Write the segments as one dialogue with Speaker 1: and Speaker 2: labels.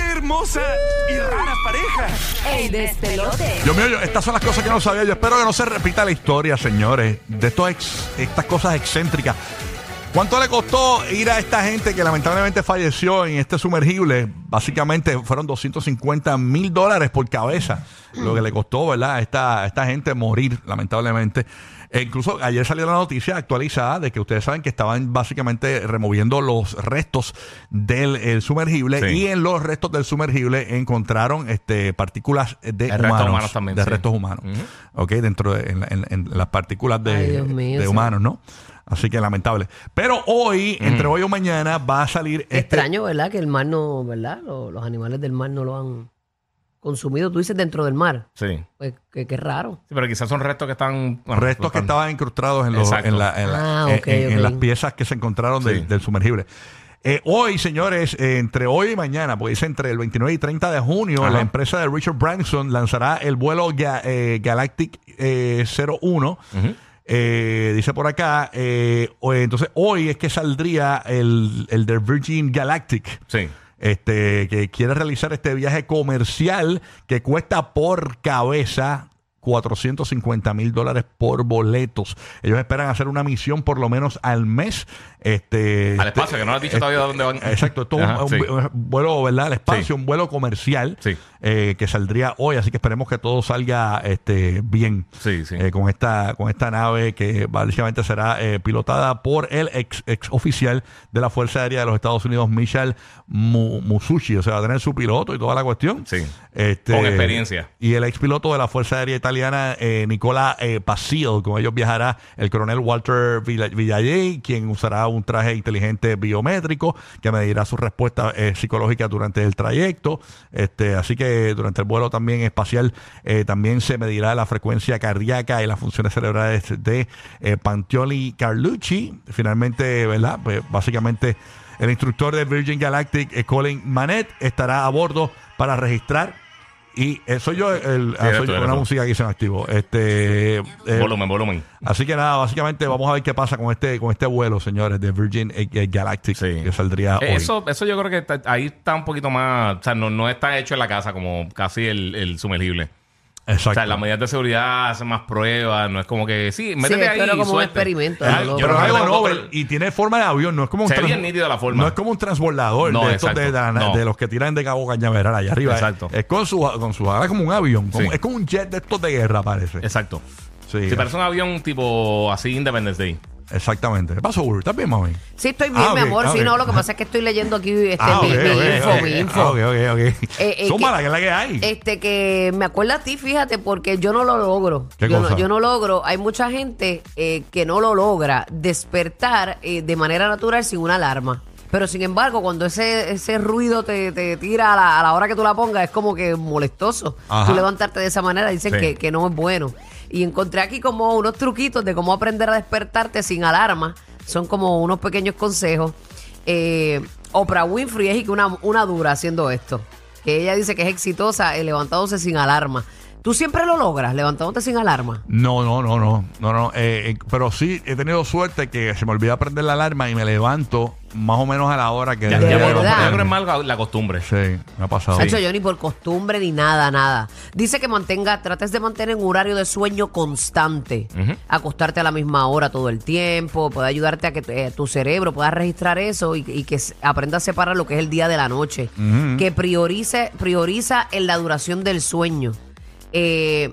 Speaker 1: hermosa y rara pareja.
Speaker 2: El despelote.
Speaker 3: Dios mío, yo- estas son las cosas que no sabía. Yo espero que no se repita la historia, señores, de estos ex- estas cosas excéntricas. ¿Cuánto le costó ir a esta gente que lamentablemente falleció en este sumergible? Básicamente fueron 250 mil dólares por cabeza, lo que le costó, ¿verdad? A esta, a esta gente morir, lamentablemente. E incluso ayer salió la noticia actualizada de que ustedes saben que estaban básicamente removiendo los restos del el sumergible
Speaker 4: Sí.
Speaker 3: y en los restos del sumergible encontraron este, partículas de
Speaker 4: De restos
Speaker 3: humanos,
Speaker 4: humanos también,
Speaker 3: De
Speaker 4: sí.
Speaker 3: restos humanos. Ok, dentro de en la- en- en las partículas de,
Speaker 2: Ay, Dios mío,
Speaker 3: de
Speaker 2: sí.
Speaker 3: humanos, ¿no? Así que lamentable. Pero hoy, entre hoy o mañana, va a salir este.
Speaker 2: Extraño, ¿verdad? Que el mar no, ¿verdad? Lo- Los, animales del mar no lo han consumido. Tú dices dentro del mar.
Speaker 4: Sí.
Speaker 2: Pues qué, qué raro.
Speaker 4: Sí, pero quizás son restos que están. bueno,
Speaker 3: restos que
Speaker 4: flotando.
Speaker 3: estaban incrustados en, los-
Speaker 4: Exacto.
Speaker 3: en la- en la-
Speaker 2: Ah,
Speaker 3: en-
Speaker 2: ok,
Speaker 3: en- en
Speaker 2: ok.
Speaker 3: las piezas que se encontraron del-
Speaker 4: Sí.
Speaker 3: del sumergible. Eh, hoy, señores, eh, entre hoy y mañana, porque dice entre el 29 y 30 de junio,
Speaker 4: Ajá.
Speaker 3: la empresa de Richard Branson lanzará el vuelo Ga- eh, Galactic eh, 01. Eh, dice por acá, eh, o- entonces hoy es que saldría el, el de Virgin Galactic
Speaker 4: Sí.
Speaker 3: este, que quiere realizar este viaje comercial que cuesta por cabeza 450 mil dólares por boletos. Ellos esperan hacer una misión por lo menos al mes. Este,
Speaker 4: Al espacio, que no lo has dicho todavía dónde van.
Speaker 3: Exacto, esto es un-
Speaker 4: Ajá,
Speaker 3: un,
Speaker 4: sí.
Speaker 3: un vuelo, ¿verdad? Al espacio,
Speaker 4: Sí.
Speaker 3: un vuelo comercial
Speaker 4: Sí.
Speaker 3: eh, que saldría hoy, así que esperemos que todo salga este, bien
Speaker 4: Sí, sí.
Speaker 3: eh, con, esta, con esta nave que básicamente será eh, pilotada por el ex, ex oficial de la Fuerza Aérea de los Estados Unidos, Michel Mu- Musushi, o sea, va a tener su piloto y toda la cuestión.
Speaker 4: Sí.
Speaker 3: Este,
Speaker 4: Con experiencia.
Speaker 3: Y el ex piloto de la Fuerza Aérea Italiana, eh, Nicola eh, Pasillo, con ellos viajará el coronel Walter Villa- Villalley, quien usará un traje inteligente biométrico que medirá su respuesta eh, psicológica durante el trayecto. Este, así que durante el vuelo también espacial eh, también se medirá la frecuencia cardíaca y las funciones cerebrales de eh, Pantioli Carlucci. Finalmente, ¿verdad? Pues básicamente el instructor de Virgin Galactic, eh, Colin Manet, estará a bordo para registrar y eh, soy yo el, ah,
Speaker 4: eres
Speaker 3: soy
Speaker 4: tú,
Speaker 3: yo,
Speaker 4: eres
Speaker 3: una
Speaker 4: tú.
Speaker 3: música que se me activó. Este eh,
Speaker 4: Volumen, volumen.
Speaker 3: así que nada, básicamente vamos a ver qué pasa con este, con este vuelo, señores, de Virgin eh, eh, Galactic
Speaker 4: Sí.
Speaker 3: que saldría
Speaker 4: Eh,
Speaker 3: hoy.
Speaker 4: Eso, eso yo creo que está- ahí está un poquito más. O sea, no, no está hecho en la casa como casi el, el sumergible. O
Speaker 3: Exacto.
Speaker 4: sea, las medidas de seguridad hacen más pruebas. No es como que. Sí, métete
Speaker 2: esto
Speaker 4: ahí.
Speaker 2: era
Speaker 4: y
Speaker 2: como un
Speaker 4: suerte.
Speaker 2: experimento,
Speaker 4: Es
Speaker 2: ¿no?
Speaker 4: algo-
Speaker 3: Pero es
Speaker 4: creo que
Speaker 3: algo
Speaker 4: era como
Speaker 3: Nobel y tiene forma de avión, no es como un
Speaker 4: Se ve
Speaker 3: trans-
Speaker 4: bien nítida la forma.
Speaker 3: No es como un transbordador
Speaker 4: No,
Speaker 3: de, estos de,
Speaker 4: exacto.
Speaker 3: la-
Speaker 4: No.
Speaker 3: de los que tiran de Cabo Cañaveral allá arriba.
Speaker 4: Exacto.
Speaker 3: Es, es con su con su es como un avión, como-
Speaker 4: Sí.
Speaker 3: es como un jet de estos de guerra parece.
Speaker 4: Exacto.
Speaker 3: sí,
Speaker 4: Si parece un avión tipo así, Independence Day.
Speaker 3: exactamente. ¿Qué pasó, Uri? ¿Estás bien, mami?
Speaker 2: Sí, estoy bien,
Speaker 3: Ah,
Speaker 2: mi
Speaker 3: ok,
Speaker 2: amor.
Speaker 3: ah,
Speaker 2: sí,
Speaker 3: ok. Ah,
Speaker 2: no, lo que pasa es que estoy leyendo aquí este, mi,
Speaker 3: ok,
Speaker 2: mi
Speaker 3: ok,
Speaker 2: info,
Speaker 3: ok.
Speaker 2: mi info.
Speaker 3: Ah, ok, ok, ok.
Speaker 2: eh,
Speaker 3: Súmala,
Speaker 2: que-
Speaker 3: que es la que hay.
Speaker 2: Este que me acuerda a ti, fíjate, porque yo no lo logro.
Speaker 3: ¿Qué
Speaker 2: yo,
Speaker 3: cosa?
Speaker 2: No, yo no logro. Hay mucha gente eh, que no lo logra despertar eh, de manera natural sin una alarma. Pero sin embargo, cuando ese, ese ruido te, te tira a la, a la hora que tú la pongas, es como que molestoso.
Speaker 3: Ajá.
Speaker 2: Tú levantarte de esa manera, dicen
Speaker 4: Sí.
Speaker 2: que, que no es bueno. Y encontré aquí como unos truquitos de cómo aprender a despertarte sin alarma. Son como unos pequeños consejos. Eh, Oprah Winfrey es y que una, una dura haciendo esto. Que ella dice que es exitosa eh, levantándose sin alarma. ¿Tú siempre lo logras levantándote sin alarma?
Speaker 3: No, no, no, no, no, no. eh, eh, pero sí he tenido suerte que se me olvida prender la alarma y me levanto más o menos a la hora que.
Speaker 4: Ya,
Speaker 2: De
Speaker 4: ya
Speaker 3: debería
Speaker 4: por-
Speaker 2: verdad.
Speaker 4: yo creo que es más la- la costumbre.
Speaker 3: Sí, me ha pasado.
Speaker 2: Nacho, yo ni por costumbre ni nada, nada. Dice que mantenga, trates de mantener un horario de sueño constante. Acostarte a la misma hora todo el tiempo, puede ayudarte a que eh, tu cerebro pueda registrar eso y, y que s- aprenda a separar lo que es el día de la noche. Que priorice, prioriza en la duración del sueño. Eh,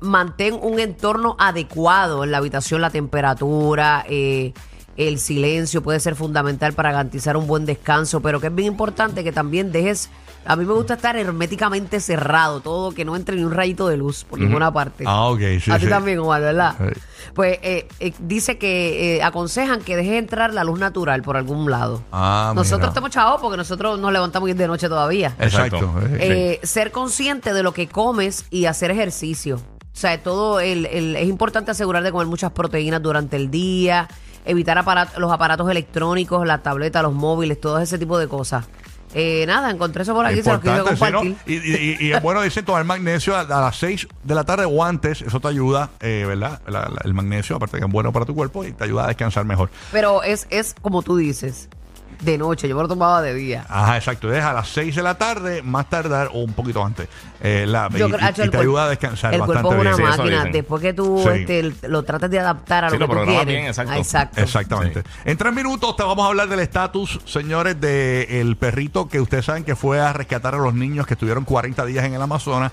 Speaker 2: mantén un entorno adecuado en la habitación, la temperatura, eh, el silencio puede ser fundamental para garantizar un buen descanso, pero que es bien importante que también dejes, a mí me gusta estar herméticamente cerrado, todo, que no entre ni un rayito de luz por ninguna parte.
Speaker 3: Ah, ok, sí.
Speaker 2: a ti
Speaker 3: sí.
Speaker 2: también, Omar, ¿verdad?
Speaker 3: Sí.
Speaker 2: Pues eh, eh, dice que eh, aconsejan que dejes entrar la luz natural por algún lado.
Speaker 3: Ah,
Speaker 2: nosotros
Speaker 3: mira.
Speaker 2: estamos chavos porque nosotros nos levantamos bien de noche todavía.
Speaker 3: Exacto.
Speaker 4: Exacto.
Speaker 3: eh,
Speaker 2: Eh, ser consciente de lo que comes y hacer ejercicio. O sea, todo el, el- es importante asegurar de comer muchas proteínas durante el día, evitar apara- los aparatos electrónicos, la tableta, los móviles, todo ese tipo de cosas. Eh, nada, encontré eso por aquí, se los quise
Speaker 3: Importante, sí, ¿no?
Speaker 2: compartir.
Speaker 3: y, y- y- y es bueno, dicen tomar magnesio a, a las 6 de la tarde o antes. Eso te ayuda, eh, ¿verdad? La- la- el magnesio, aparte que es bueno para tu cuerpo y te ayuda a descansar mejor.
Speaker 2: Pero es, es como tú dices. de noche, yo me lo tomaba de día.
Speaker 3: Ajá, exacto. Es a las 6 de la tarde, más tardar o un poquito antes. Eh, la, y,
Speaker 2: Yo creo-
Speaker 3: y-
Speaker 2: Hacho,
Speaker 3: y
Speaker 2: el
Speaker 3: te
Speaker 2: cuerpo-
Speaker 3: ayuda a descansar
Speaker 2: El
Speaker 3: bastante
Speaker 2: cuerpo es una
Speaker 3: bien.
Speaker 4: Sí, eso
Speaker 2: máquina.
Speaker 4: dicen.
Speaker 2: Después que tú
Speaker 3: Sí.
Speaker 2: este, lo tratas de adaptar a lo
Speaker 4: Sí,
Speaker 2: que
Speaker 4: lo
Speaker 2: tú
Speaker 4: programas
Speaker 2: quieres.
Speaker 4: bien, exacto.
Speaker 2: Ah, exacto.
Speaker 3: Exactamente. En tres minutos te vamos a hablar del estatus, señores, del perrito que ustedes saben que fue a rescatar a los niños que estuvieron 40 días en el Amazonas.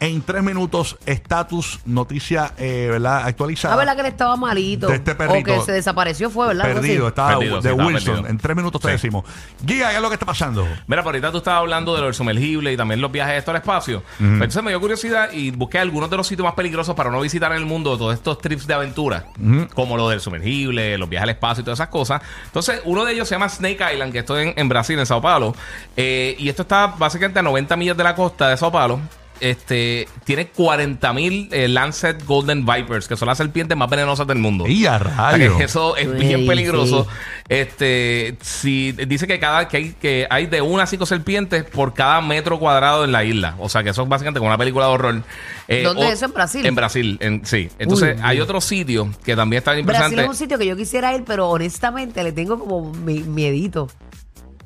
Speaker 3: En tres minutos, estatus, noticia eh, ¿verdad? actualizada.
Speaker 2: Ah, ¿verdad que él estaba malito?
Speaker 3: De este
Speaker 2: O
Speaker 3: perrito.
Speaker 2: que se desapareció, fue, ¿verdad? Algo así.
Speaker 3: Perdido, estaba
Speaker 4: Perdido, sí,
Speaker 3: de
Speaker 4: estaba
Speaker 3: Wilson.
Speaker 4: perdido.
Speaker 3: En tres minutos te
Speaker 4: Sí.
Speaker 3: decimos. Guía, ¿qué es lo que está pasando?
Speaker 4: Mira, por ahorita tú estabas hablando de lo del sumergible y también los viajes esto al espacio. Entonces me dio curiosidad y busqué algunos de los sitios más peligrosos para no visitar en el mundo, todos estos trips de aventura, como lo del sumergible, los viajes al espacio y todas esas cosas. Entonces, uno de ellos se llama Snake Island, que esto en, en Brasil, en Sao Paulo. Eh, y esto está básicamente a 90 millas de la costa de Sao Paulo. Este, tiene 40.000 mil eh, Lancet Golden Vipers, que son las serpientes más venenosas del mundo.
Speaker 3: Y a
Speaker 4: O sea,
Speaker 3: radio.
Speaker 4: que eso es
Speaker 2: Güey,
Speaker 4: bien peligroso.
Speaker 2: sí.
Speaker 4: Este, si dice que cada que hay que hay de una a cinco serpientes por cada metro cuadrado en la isla. O sea que eso es básicamente como una película de horror. Eh,
Speaker 2: ¿Dónde
Speaker 4: o-
Speaker 2: es eso? ¿En Brasil?
Speaker 4: En Brasil, en- sí. Entonces
Speaker 2: Uy,
Speaker 4: hay
Speaker 2: uy.
Speaker 4: otro sitio que también está bien
Speaker 2: Brasil
Speaker 4: interesante.
Speaker 2: es un sitio que yo quisiera ir, pero honestamente le tengo como mi- miedito.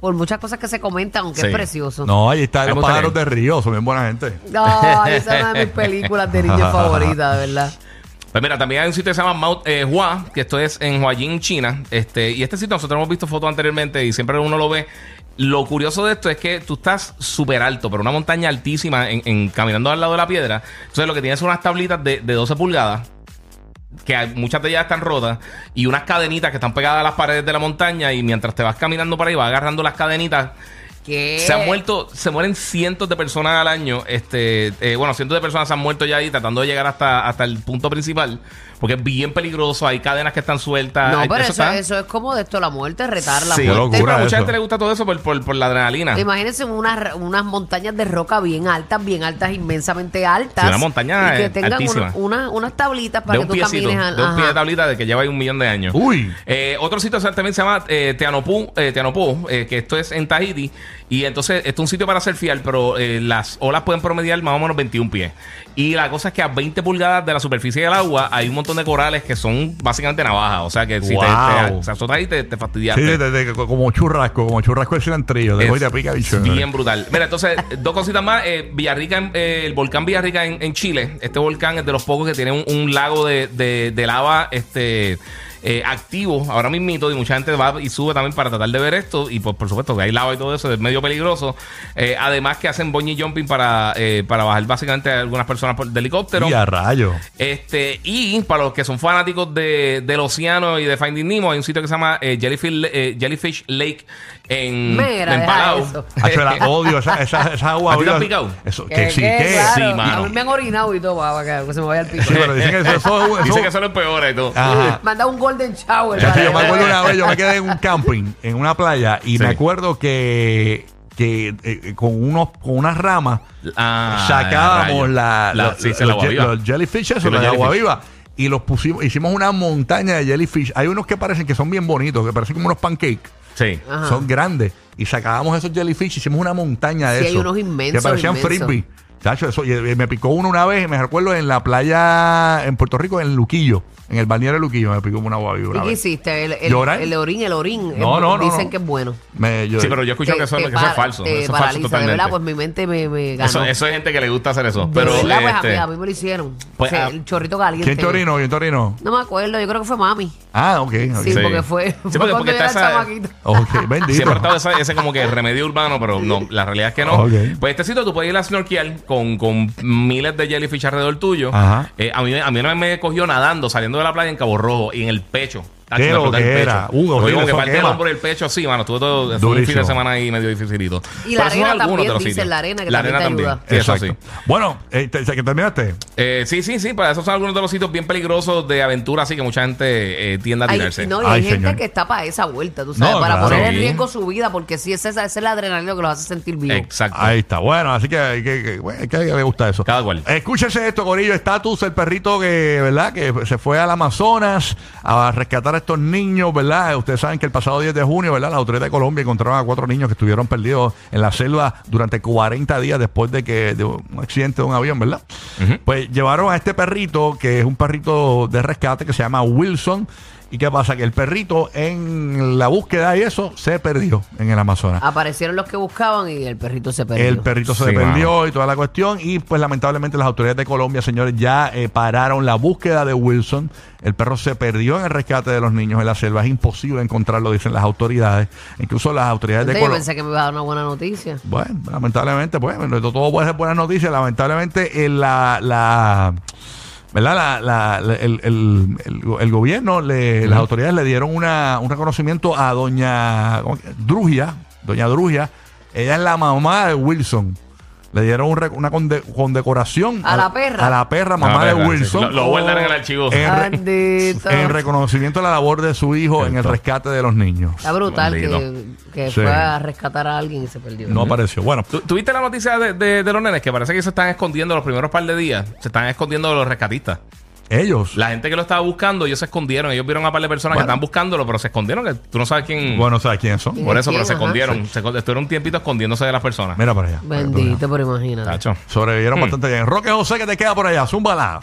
Speaker 2: Por muchas cosas que se comentan, aunque
Speaker 4: Sí.
Speaker 2: es precioso.
Speaker 3: No, ahí están
Speaker 4: Me
Speaker 3: los
Speaker 4: gusta
Speaker 3: pájaros
Speaker 4: que-
Speaker 3: de Río, son bien buena gente.
Speaker 2: No, esa es una de mis películas de niño favorita, de ¿verdad?
Speaker 4: Pues mira, también hay un sitio que se llama Mount eh, Hua, que esto es en Huayin, China. Este, y este sitio nosotros hemos visto fotos anteriormente y siempre uno lo ve. Lo curioso de esto es que tú estás súper alto, pero una montaña altísima, en, en- caminando al lado de la piedra. Entonces lo que tienes son unas tablitas de, de 12 pulgadas, que hay- muchas de ellas están rotas, y unas cadenitas que están pegadas a las paredes de la montaña, y mientras te vas caminando para ahí, vas agarrando las cadenitas.
Speaker 2: ¿Qué?
Speaker 4: Se han muerto, se mueren cientos de personas al año. Este, eh, bueno, cientos de personas se han muerto ya ahí tratando de llegar hasta, hasta el punto principal. Porque es bien peligroso, hay cadenas que están sueltas.
Speaker 2: No,
Speaker 4: hay-
Speaker 2: pero eso,
Speaker 4: Ah, está-
Speaker 2: eso es como de esto, la muerte, retar la
Speaker 4: Sí,
Speaker 3: Qué
Speaker 2: muerte.
Speaker 3: locura
Speaker 4: pero a
Speaker 3: eso.
Speaker 4: mucha gente le gusta todo eso por, por- por la adrenalina.
Speaker 2: Imagínense unas, unas montañas de roca bien altas, bien altas, inmensamente altas.
Speaker 4: Sí, una montaña,
Speaker 2: Y que
Speaker 4: eh,
Speaker 2: tengan
Speaker 4: altísima.
Speaker 2: una- una- unas tablitas para
Speaker 4: de
Speaker 2: que
Speaker 4: un
Speaker 2: tú
Speaker 4: piecito,
Speaker 2: camines al-
Speaker 4: de un pie de
Speaker 2: ajá.
Speaker 4: tablita de que lleva ahí un millón de años.
Speaker 3: Uy.
Speaker 4: Eh, otro sitio o sea, también se llama eh, Teanopú, eh, Teanopó, eh, que esto es en Tahiti. Y entonces, esto es un sitio para surfear, pero eh, las olas pueden promediar más o menos 21 pies. Y la cosa es que a 20 pulgadas de la superficie del agua hay un montón de corales que son básicamente navajas. O sea que si te- te,
Speaker 3: Wow.
Speaker 4: te azotas ahí, te, te fastidiaste.
Speaker 3: Sí, de- de- de- como churrasco, como churrasco de cilantrillo. Después te pica, bicho.
Speaker 4: Bien brutal. Mira, entonces, dos cositas más. Eh, Villarrica, en- eh, el volcán Villarrica en, en Chile. Este volcán es de los pocos que tiene un, un lago de, de- de lava este, eh, activo ahora mismito. Y mucha gente va y sube también para tratar de ver esto. Y pues, por supuesto que hay lava y todo eso, es medio peligroso. Eh, además que hacen bungee jumping para, eh, para bajar básicamente a algunas personas por, de helicóptero.
Speaker 3: Y a rayo.
Speaker 4: Este, y para los que son fanáticos de, del océano y de Finding Nemo, hay un sitio que se llama eh, Jellyfish, eh, Jellyfish Lake en,
Speaker 2: Mira,
Speaker 4: en
Speaker 2: deja
Speaker 4: Palau.
Speaker 2: eso.
Speaker 3: Hacho, la odio, esa, esa, esa agua.
Speaker 4: ¿A ti te
Speaker 3: odio-
Speaker 4: han picado?
Speaker 3: Eso,
Speaker 2: Que-
Speaker 3: que sí,
Speaker 2: que,
Speaker 3: que
Speaker 2: claro,
Speaker 4: Sí, mano.
Speaker 2: A mí me han orinado y todo, para que se me vaya el pico.
Speaker 3: Sí, pero dicen que eso, eso, eso-
Speaker 4: Dice que son los peores y todo.
Speaker 3: Ajá.
Speaker 2: me han dado un golden shower.
Speaker 3: Chacho,
Speaker 2: para
Speaker 3: yo me
Speaker 2: que-
Speaker 3: acuerdo una vez, yo me quedé en un camping, en una playa, y
Speaker 4: Sí.
Speaker 3: me acuerdo que, que eh, con, unos, con unas ramas
Speaker 4: Ah,
Speaker 3: sacábamos
Speaker 4: rayo.
Speaker 3: la, la-
Speaker 4: sí, se
Speaker 3: los,
Speaker 4: la agua
Speaker 3: je-
Speaker 4: viva.
Speaker 3: los jellyfish, eso,
Speaker 4: Sí, los
Speaker 3: la de agua
Speaker 4: jellyfish.
Speaker 3: viva. Y los pusimos, hicimos una montaña de jellyfish. Hay unos que parecen que son bien bonitos, que parecen como unos pancakes.
Speaker 4: Sí.
Speaker 2: Ajá.
Speaker 3: Son grandes. Y sacábamos esos jellyfish, hicimos una montaña de
Speaker 2: Sí, hay
Speaker 3: eso.
Speaker 2: unos inmensos,
Speaker 3: Que parecían
Speaker 2: inmensos.
Speaker 3: frisbee. Chacho, eso, y, eh, me picó uno una vez, me recuerdo en la playa en Puerto Rico, en Luquillo, en el balneario de Luquillo, me picó una guavi
Speaker 2: ¿Y
Speaker 3: una
Speaker 2: qué
Speaker 3: vez.
Speaker 2: hiciste? El, el,
Speaker 3: ¿Llorar?
Speaker 2: el orín, el orín.
Speaker 3: No,
Speaker 2: Es-
Speaker 3: no, no,
Speaker 2: Dicen
Speaker 3: no.
Speaker 2: que es bueno.
Speaker 3: Me- yo-
Speaker 4: Sí, pero yo escucho
Speaker 2: Te-
Speaker 4: que eso,
Speaker 2: te
Speaker 4: que eso es
Speaker 2: para-
Speaker 4: falso.
Speaker 2: te
Speaker 4: Eso es
Speaker 2: paraliza,
Speaker 4: falso
Speaker 2: de
Speaker 4: totalmente.
Speaker 2: verdad, pues mi mente me, me ganó.
Speaker 4: eso, eso es gente que le gusta hacer eso. Pero,
Speaker 2: de verdad, pues,
Speaker 4: este,
Speaker 2: a, mí, a mí me lo hicieron.
Speaker 4: pues,
Speaker 2: O sea,
Speaker 4: ah,
Speaker 2: el chorrito caliente.
Speaker 3: ¿Quién Torino? ¿Quién Torino?
Speaker 2: No me acuerdo, yo creo que fue mami.
Speaker 3: Ah, ok. ok.
Speaker 2: Sí,
Speaker 4: Sí.
Speaker 2: porque fue,
Speaker 4: Sí,
Speaker 2: fue
Speaker 4: porque-
Speaker 2: cuando
Speaker 4: porque
Speaker 2: yo era
Speaker 4: está esa-
Speaker 2: chamaquito.
Speaker 3: Ok, bendito.
Speaker 4: Siempre ha estado ese, ese como que remedio urbano, pero no, la realidad es que no.
Speaker 3: Ok.
Speaker 4: Pues este sitio tú puedes ir a snorkear con, con miles de jellyfish alrededor tuyo.
Speaker 3: Ajá.
Speaker 4: Eh, a, mí, a mí una vez me cogió nadando, saliendo de la playa en Cabo Rojo y en el pecho. Ah, Tacho, me
Speaker 3: Qué
Speaker 4: explotó el
Speaker 3: loquera.
Speaker 4: pecho.
Speaker 3: Uh,
Speaker 4: Lo
Speaker 3: horrible,
Speaker 4: digo que
Speaker 3: eso
Speaker 4: parte del
Speaker 3: quema.
Speaker 4: hombro y el pecho así, mano. Estuve todo estuvo un fin
Speaker 3: Durísimo.
Speaker 4: de semana ahí medio dificilito.
Speaker 2: Y la
Speaker 4: Pero esos son
Speaker 2: arena
Speaker 4: algunos
Speaker 2: también,
Speaker 4: de los
Speaker 2: dicen,
Speaker 4: sitios.
Speaker 2: la arena que
Speaker 4: La
Speaker 2: también
Speaker 4: arena
Speaker 2: te
Speaker 4: también.
Speaker 2: ayuda.
Speaker 4: Sí, eso
Speaker 3: Exacto.
Speaker 4: sí.
Speaker 3: Bueno, eh, te- que terminaste.
Speaker 4: Eh, sí, sí, sí, para esos son algunos de los sitios bien peligrosos de aventura, así que mucha gente eh, tiende a
Speaker 2: Ay,
Speaker 4: tirarse.
Speaker 2: no, y
Speaker 3: Ay,
Speaker 2: hay gente
Speaker 3: señor.
Speaker 2: que está para esa vuelta, tú sabes,
Speaker 3: No,
Speaker 2: para
Speaker 3: claro.
Speaker 2: poner en
Speaker 4: Sí.
Speaker 2: riesgo su vida, porque sí, esa, esa es la adrenalina que los hace sentir vivos.
Speaker 4: Exacto.
Speaker 3: Ahí está. Bueno, así que, hay que, que- bueno, hay que- le gusta eso.
Speaker 4: Cada cual.
Speaker 3: Escúchese esto, Corillo. Estatus, el perrito que, ¿verdad? Que se fue al Amazonas a rescatar a estos niños, ¿verdad? Ustedes saben que el pasado 10 de junio, ¿verdad? Las autoridades de Colombia encontraron a cuatro niños que estuvieron perdidos en la selva durante 40 días después de que de un accidente de un avión, ¿verdad? Pues llevaron a este perrito, que es un perrito de rescate que se llama Wilson. ¿Y qué pasa? Que el perrito en la búsqueda y eso se perdió en el Amazonas.
Speaker 2: Aparecieron los que buscaban y el perrito se perdió.
Speaker 3: El perrito se
Speaker 4: Sí,
Speaker 3: dependió y toda la cuestión. Y pues lamentablemente las autoridades de Colombia, señores, ya eh, pararon la búsqueda de Wilson. El perro se perdió en el rescate de los niños en la selva. Es imposible encontrarlo, dicen las autoridades. Incluso las autoridades de
Speaker 2: Entonces,
Speaker 3: Colombia.
Speaker 2: yo pensé que me iba a dar una buena noticia.
Speaker 3: Bueno, lamentablemente, pues, bueno, esto todo puede ser buena noticia. Lamentablemente, eh, la, la, ¿verdad? La, la- la- el, el- el- el gobierno, le- las autoridades le dieron una, un reconocimiento a doña ¿cómo que? Drugia, doña Drugia, ella es la mamá de Wilson. Le dieron un rec- una conde- condecoración
Speaker 2: A la perra.
Speaker 3: A la perra, mamá
Speaker 4: Ah,
Speaker 3: de
Speaker 4: verdad, sí.
Speaker 3: Wilson.
Speaker 4: Lo, lo guardan en el archivo.
Speaker 3: en, re-
Speaker 2: Maldito.
Speaker 3: en reconocimiento a la labor de su hijo en el
Speaker 4: Cierto.
Speaker 3: rescate de los niños.
Speaker 2: Está brutal que,
Speaker 4: Maldito.
Speaker 2: que
Speaker 3: Sí.
Speaker 2: fue a rescatar a alguien y se perdió.
Speaker 3: No apareció. Bueno,
Speaker 4: ¿Tú- ¿Tuviste la noticia de, de- de los nenes? Que parece que se están escondiendo los primeros par de días. Se están escondiendo de los rescatistas.
Speaker 3: ellos.
Speaker 4: La gente que lo estaba buscando, ellos se escondieron. Ellos vieron a un par de personas
Speaker 3: Bueno.
Speaker 4: que están buscándolo, pero se escondieron. que tú no sabes quién.
Speaker 3: Bueno, ¿sabes quiénes son?
Speaker 4: por eso, pero
Speaker 2: ¿Quién?
Speaker 4: se
Speaker 2: Ajá.
Speaker 4: escondieron. Se escond- estuvieron un tiempito escondiéndose de las personas.
Speaker 3: Mira para allá.
Speaker 2: Bendito, pero imagínate.
Speaker 4: Tacho. Hmm.
Speaker 3: Sobrevivieron bastante bien. Roque José, que te queda por allá? Zúmbala.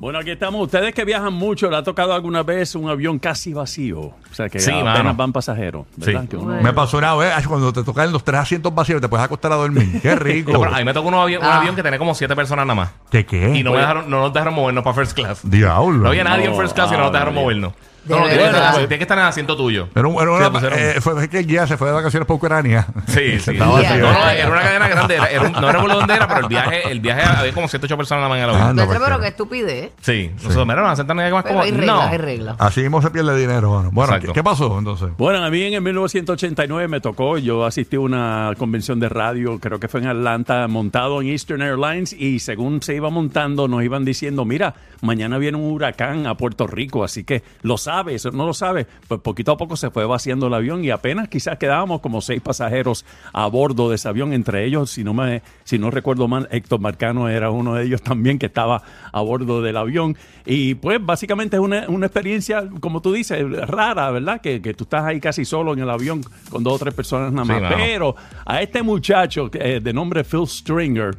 Speaker 5: Bueno, aquí estamos. Ustedes que viajan mucho, ¿le ha tocado alguna vez un avión casi vacío? O sea, que
Speaker 4: Sí,
Speaker 5: apenas
Speaker 4: mano.
Speaker 5: van pasajeros, ¿verdad?
Speaker 4: Sí.
Speaker 5: Que uno-
Speaker 2: Bueno.
Speaker 3: Me pasó una vez, ay, cuando te tocan los tres asientos vacíos, te puedes acostar a dormir. Qué rico.
Speaker 4: No, pero a mí me tocó un avión, un
Speaker 2: Ah.
Speaker 4: avión que tenía como siete personas nada más.
Speaker 3: ¿Qué qué?
Speaker 4: Y no, me dejaron, no nos dejaron movernos para first class.
Speaker 3: Diablo.
Speaker 4: No había nadie en
Speaker 5: No,
Speaker 4: first class y no nos dejaron
Speaker 5: ah,
Speaker 4: movernos.
Speaker 2: De
Speaker 4: No, no, tienes que
Speaker 2: verdad.
Speaker 4: estar- tienes que estar en el asiento tuyo.
Speaker 3: Era un- era
Speaker 4: Se
Speaker 3: una-
Speaker 4: pusieron-
Speaker 3: eh, fue es que el guía se fue de vacaciones para Ucrania.
Speaker 4: Sí, sí.
Speaker 3: Estaba
Speaker 2: así,
Speaker 4: No, no,
Speaker 2: ¿verdad?
Speaker 4: era una cadena grande. era- era un- no recuerdo dónde era, pero el viaje, el viaje había como 108 personas nada más en el
Speaker 3: Ah,
Speaker 4: avión.
Speaker 3: no,
Speaker 2: Pero, pero
Speaker 3: porque-
Speaker 2: qué estupidez. ¿eh?
Speaker 4: Sí, nosotros mira, nos asentan ahí más
Speaker 2: Pero
Speaker 4: como.
Speaker 2: hay reglas,
Speaker 4: no.
Speaker 2: hay reglas.
Speaker 3: Así mismo se pierde dinero. Bueno, bueno ¿qué,
Speaker 4: Exacto.
Speaker 3: qué pasó entonces?
Speaker 5: Bueno, a mí en el 1989 me tocó, yo asistí a una convención de radio, creo que fue en Atlanta, montado en Eastern Airlines y según se iba montando nos iban diciendo, mira, mañana viene un huracán a Puerto Rico, así que lo sabes, no lo sabes. Pues poquito a poco se fue vaciando el avión y apenas quizás quedábamos como seis pasajeros a bordo de ese avión, entre ellos, si no, me, si no recuerdo mal, Héctor Marcano era uno de ellos también que estaba a bordo del avión. Y pues básicamente es una, una experiencia, como tú dices, rara, ¿verdad? Que, que tú estás ahí casi solo en el avión con dos o tres personas nada
Speaker 4: Sí,
Speaker 5: más.
Speaker 4: mano.
Speaker 5: Pero a este muchacho eh, de nombre Phil Stringer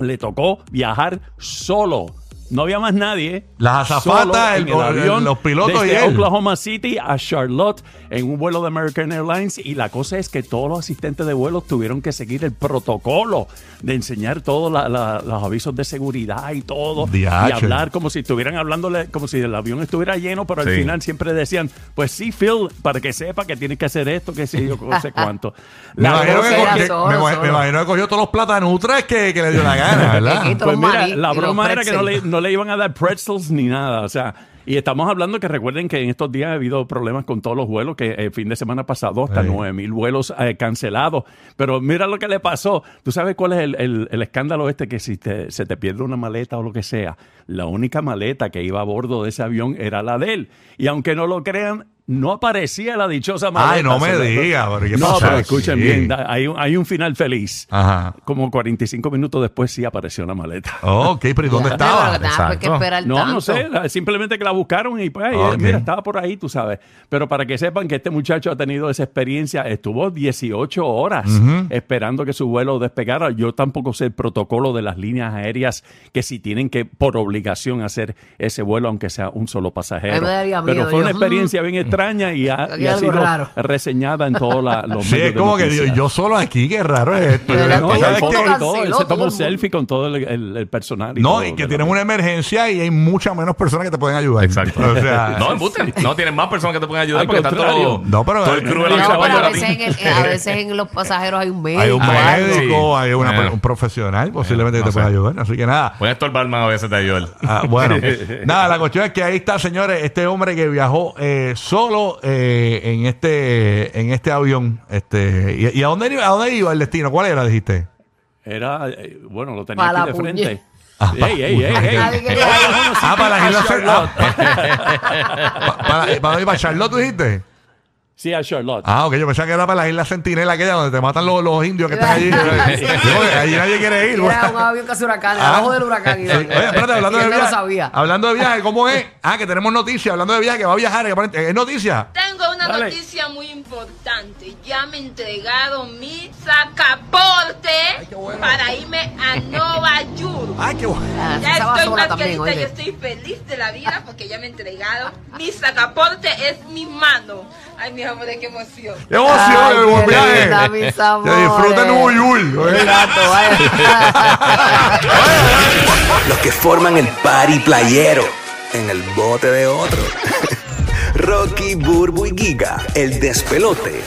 Speaker 5: le tocó viajar solo. No había más nadie.
Speaker 3: Las azafatas,
Speaker 5: Solo en
Speaker 3: el- los pilotos y
Speaker 5: desde
Speaker 3: él.
Speaker 5: este Oklahoma City a Charlotte en un vuelo de American Airlines y la cosa es que todos los asistentes de vuelo tuvieron que seguir el protocolo de enseñar todos la- la- los avisos de seguridad y todo y
Speaker 3: Diache.
Speaker 5: hablar como si estuvieran hablándole como si el avión estuviera lleno pero al
Speaker 4: Sí.
Speaker 5: final siempre decían pues sí Phil para que sepa que tienes que hacer esto que sí yo no sé cuánto
Speaker 3: Me imagino, que,
Speaker 5: cosa es
Speaker 2: era
Speaker 3: cogió-
Speaker 5: que-
Speaker 2: solo,
Speaker 3: me imagino-
Speaker 2: solo.
Speaker 3: me imagino que cogió todos los platanutres que, que le dio la gana, ¿verdad?
Speaker 2: Qué quito.
Speaker 5: Pues mira,
Speaker 2: maní
Speaker 5: la
Speaker 2: y los
Speaker 5: broma era que no le,
Speaker 2: pretzels.
Speaker 5: no le iban a dar pretzels ni nada, o sea. Y estamos hablando que recuerden que en estos días ha habido problemas con todos los vuelos, que el fin de semana pasado hasta
Speaker 3: Sí.
Speaker 5: 9 mil vuelos eh, cancelados. Pero mira lo que le pasó. ¿Tú sabes cuál es el, el- el escándalo este? Que si te- se te pierde una maleta o lo que sea, la única maleta que iba a bordo de ese avión era la de él. Y aunque no lo crean, no aparecía la dichosa maleta.
Speaker 3: Ay, no me
Speaker 5: Se la-
Speaker 3: diga, pero ¿qué
Speaker 5: No,
Speaker 3: pasa
Speaker 5: pero escuchen
Speaker 3: así?
Speaker 5: bien, da- hay, un- hay un final feliz.
Speaker 3: Ajá.
Speaker 5: Como 45 minutos después sí apareció la maleta.
Speaker 3: Ok, pero ¿y dónde
Speaker 2: Ya,
Speaker 3: estaba?
Speaker 2: pero que nada, pues, que
Speaker 4: Exacto.
Speaker 2: esperar
Speaker 5: No,
Speaker 2: tanto. Ah,
Speaker 5: no sé, la- simplemente que la buscaron y pues,
Speaker 3: Ok.
Speaker 5: mira, estaba por ahí, tú sabes. Pero para que sepan que este muchacho ha tenido esa experiencia, estuvo 18 horas esperando que su vuelo despegara. Yo tampoco sé el protocolo de las líneas aéreas que si tienen que, por obligación, hacer ese vuelo, aunque sea un solo
Speaker 2: A
Speaker 5: pasajero.
Speaker 2: mí me daría
Speaker 5: Pero
Speaker 2: miedo,
Speaker 5: fue una
Speaker 2: yo, mm.
Speaker 5: experiencia bien extraña y ha,
Speaker 2: Aquí
Speaker 5: y ha
Speaker 2: algo
Speaker 5: sido
Speaker 2: raro.
Speaker 5: reseñada en todos la- los medios
Speaker 3: Sí, es
Speaker 5: de
Speaker 3: como que
Speaker 5: noticias.
Speaker 3: yo, yo solo aquí, qué raro es esto. Este,
Speaker 2: De
Speaker 3: Yo-
Speaker 2: verdad,
Speaker 3: ¿tú
Speaker 5: No, y
Speaker 2: Todo
Speaker 5: hay
Speaker 2: el
Speaker 3: sabes
Speaker 2: mundo
Speaker 5: fotos
Speaker 3: qué?
Speaker 5: y todo. Él
Speaker 2: canceló,
Speaker 5: se
Speaker 2: todo
Speaker 5: tomó
Speaker 2: el
Speaker 5: un
Speaker 2: mundo.
Speaker 5: selfie con todo el, el- el personal.
Speaker 3: No,
Speaker 5: todo,
Speaker 3: y que
Speaker 5: ¿verdad?
Speaker 3: tienen una emergencia y hay muchas menos personas que te pueden ayudar.
Speaker 4: Exacto.
Speaker 3: O sea,
Speaker 4: no, embuste. No tienen más personas que te pueden ayudar
Speaker 5: Al
Speaker 4: porque están
Speaker 5: contrario.
Speaker 4: todo,
Speaker 3: No, pero-
Speaker 4: todo el crew
Speaker 5: No,
Speaker 4: del avión
Speaker 2: No,
Speaker 4: se
Speaker 2: pero a
Speaker 4: apoyó a
Speaker 2: veces,
Speaker 4: ti.
Speaker 2: en el- a veces en los pasajeros hay un médico.
Speaker 3: hay un
Speaker 2: algo.
Speaker 3: médico,
Speaker 4: Sí.
Speaker 3: hay una,
Speaker 4: Bueno.
Speaker 3: un profesional posiblemente que te
Speaker 4: no
Speaker 3: pueda
Speaker 4: sé.
Speaker 3: ayudar. Así que nada.
Speaker 4: Voy a estorbar más a veces de ayudar.
Speaker 3: Ah, bueno, nada, la cuestión es que ahí está, señores, este hombre que viajó eh, solo eh, en este en este avión. este ¿Y, y a, dónde, iba- a dónde iba el destino? ¿Cuál era, dijiste?
Speaker 5: Era, eh, bueno, lo tenía
Speaker 2: Pa' la
Speaker 5: aquí de
Speaker 2: puñe.
Speaker 5: frente. ¡Ey, ey, ey! ey.
Speaker 2: Nadie quería-
Speaker 3: Ah, para la
Speaker 5: a
Speaker 3: isla
Speaker 5: Charlotte.
Speaker 3: Pa- para, para, para Charlotte, ¿tú dijiste?
Speaker 5: Sí, a Charlotte.
Speaker 3: Ah, ok, yo pensaba que era para la isla Sentinela, aquella donde te matan los, los indios que están allí. Digo, que allí nadie quiere ir. Ah.
Speaker 2: Era un avión casi huracán, abajo del huracán.
Speaker 3: Sí. Oye, espérate, hablando de
Speaker 2: Yo no lo
Speaker 3: viaje. Ah.
Speaker 2: sabía.
Speaker 3: Hablando de viaje, ¿cómo es? Ah, que tenemos noticia, hablando de viaje, que va a viajar, que aparente- es noticia.
Speaker 6: Tengo una
Speaker 5: Dale.
Speaker 6: noticia muy importante. Ya me he entregado mi sacaporte. crucé para irme a Nueva York.
Speaker 1: Ay, qué bueno.
Speaker 2: Ah,
Speaker 6: Ya
Speaker 2: esa
Speaker 6: estoy
Speaker 2: basura
Speaker 6: más que
Speaker 2: también,
Speaker 6: lista,
Speaker 2: oye.
Speaker 6: yo estoy feliz de la vida porque ya me entregaron. Mi sacaporte es mi mano. Ay, mi amor, qué emoción.
Speaker 3: ¡Qué emoción!
Speaker 2: Ay,
Speaker 3: ¡Qué buen
Speaker 2: qué
Speaker 3: viaje!
Speaker 2: linda, mis
Speaker 3: ¡Que disfruten Nueva
Speaker 2: amores.
Speaker 3: York! ¿eh?
Speaker 2: Exacto, vaya.
Speaker 7: Los que forman el party playero en el bote de otro. Rocky, Burbu y Giga, el despelote.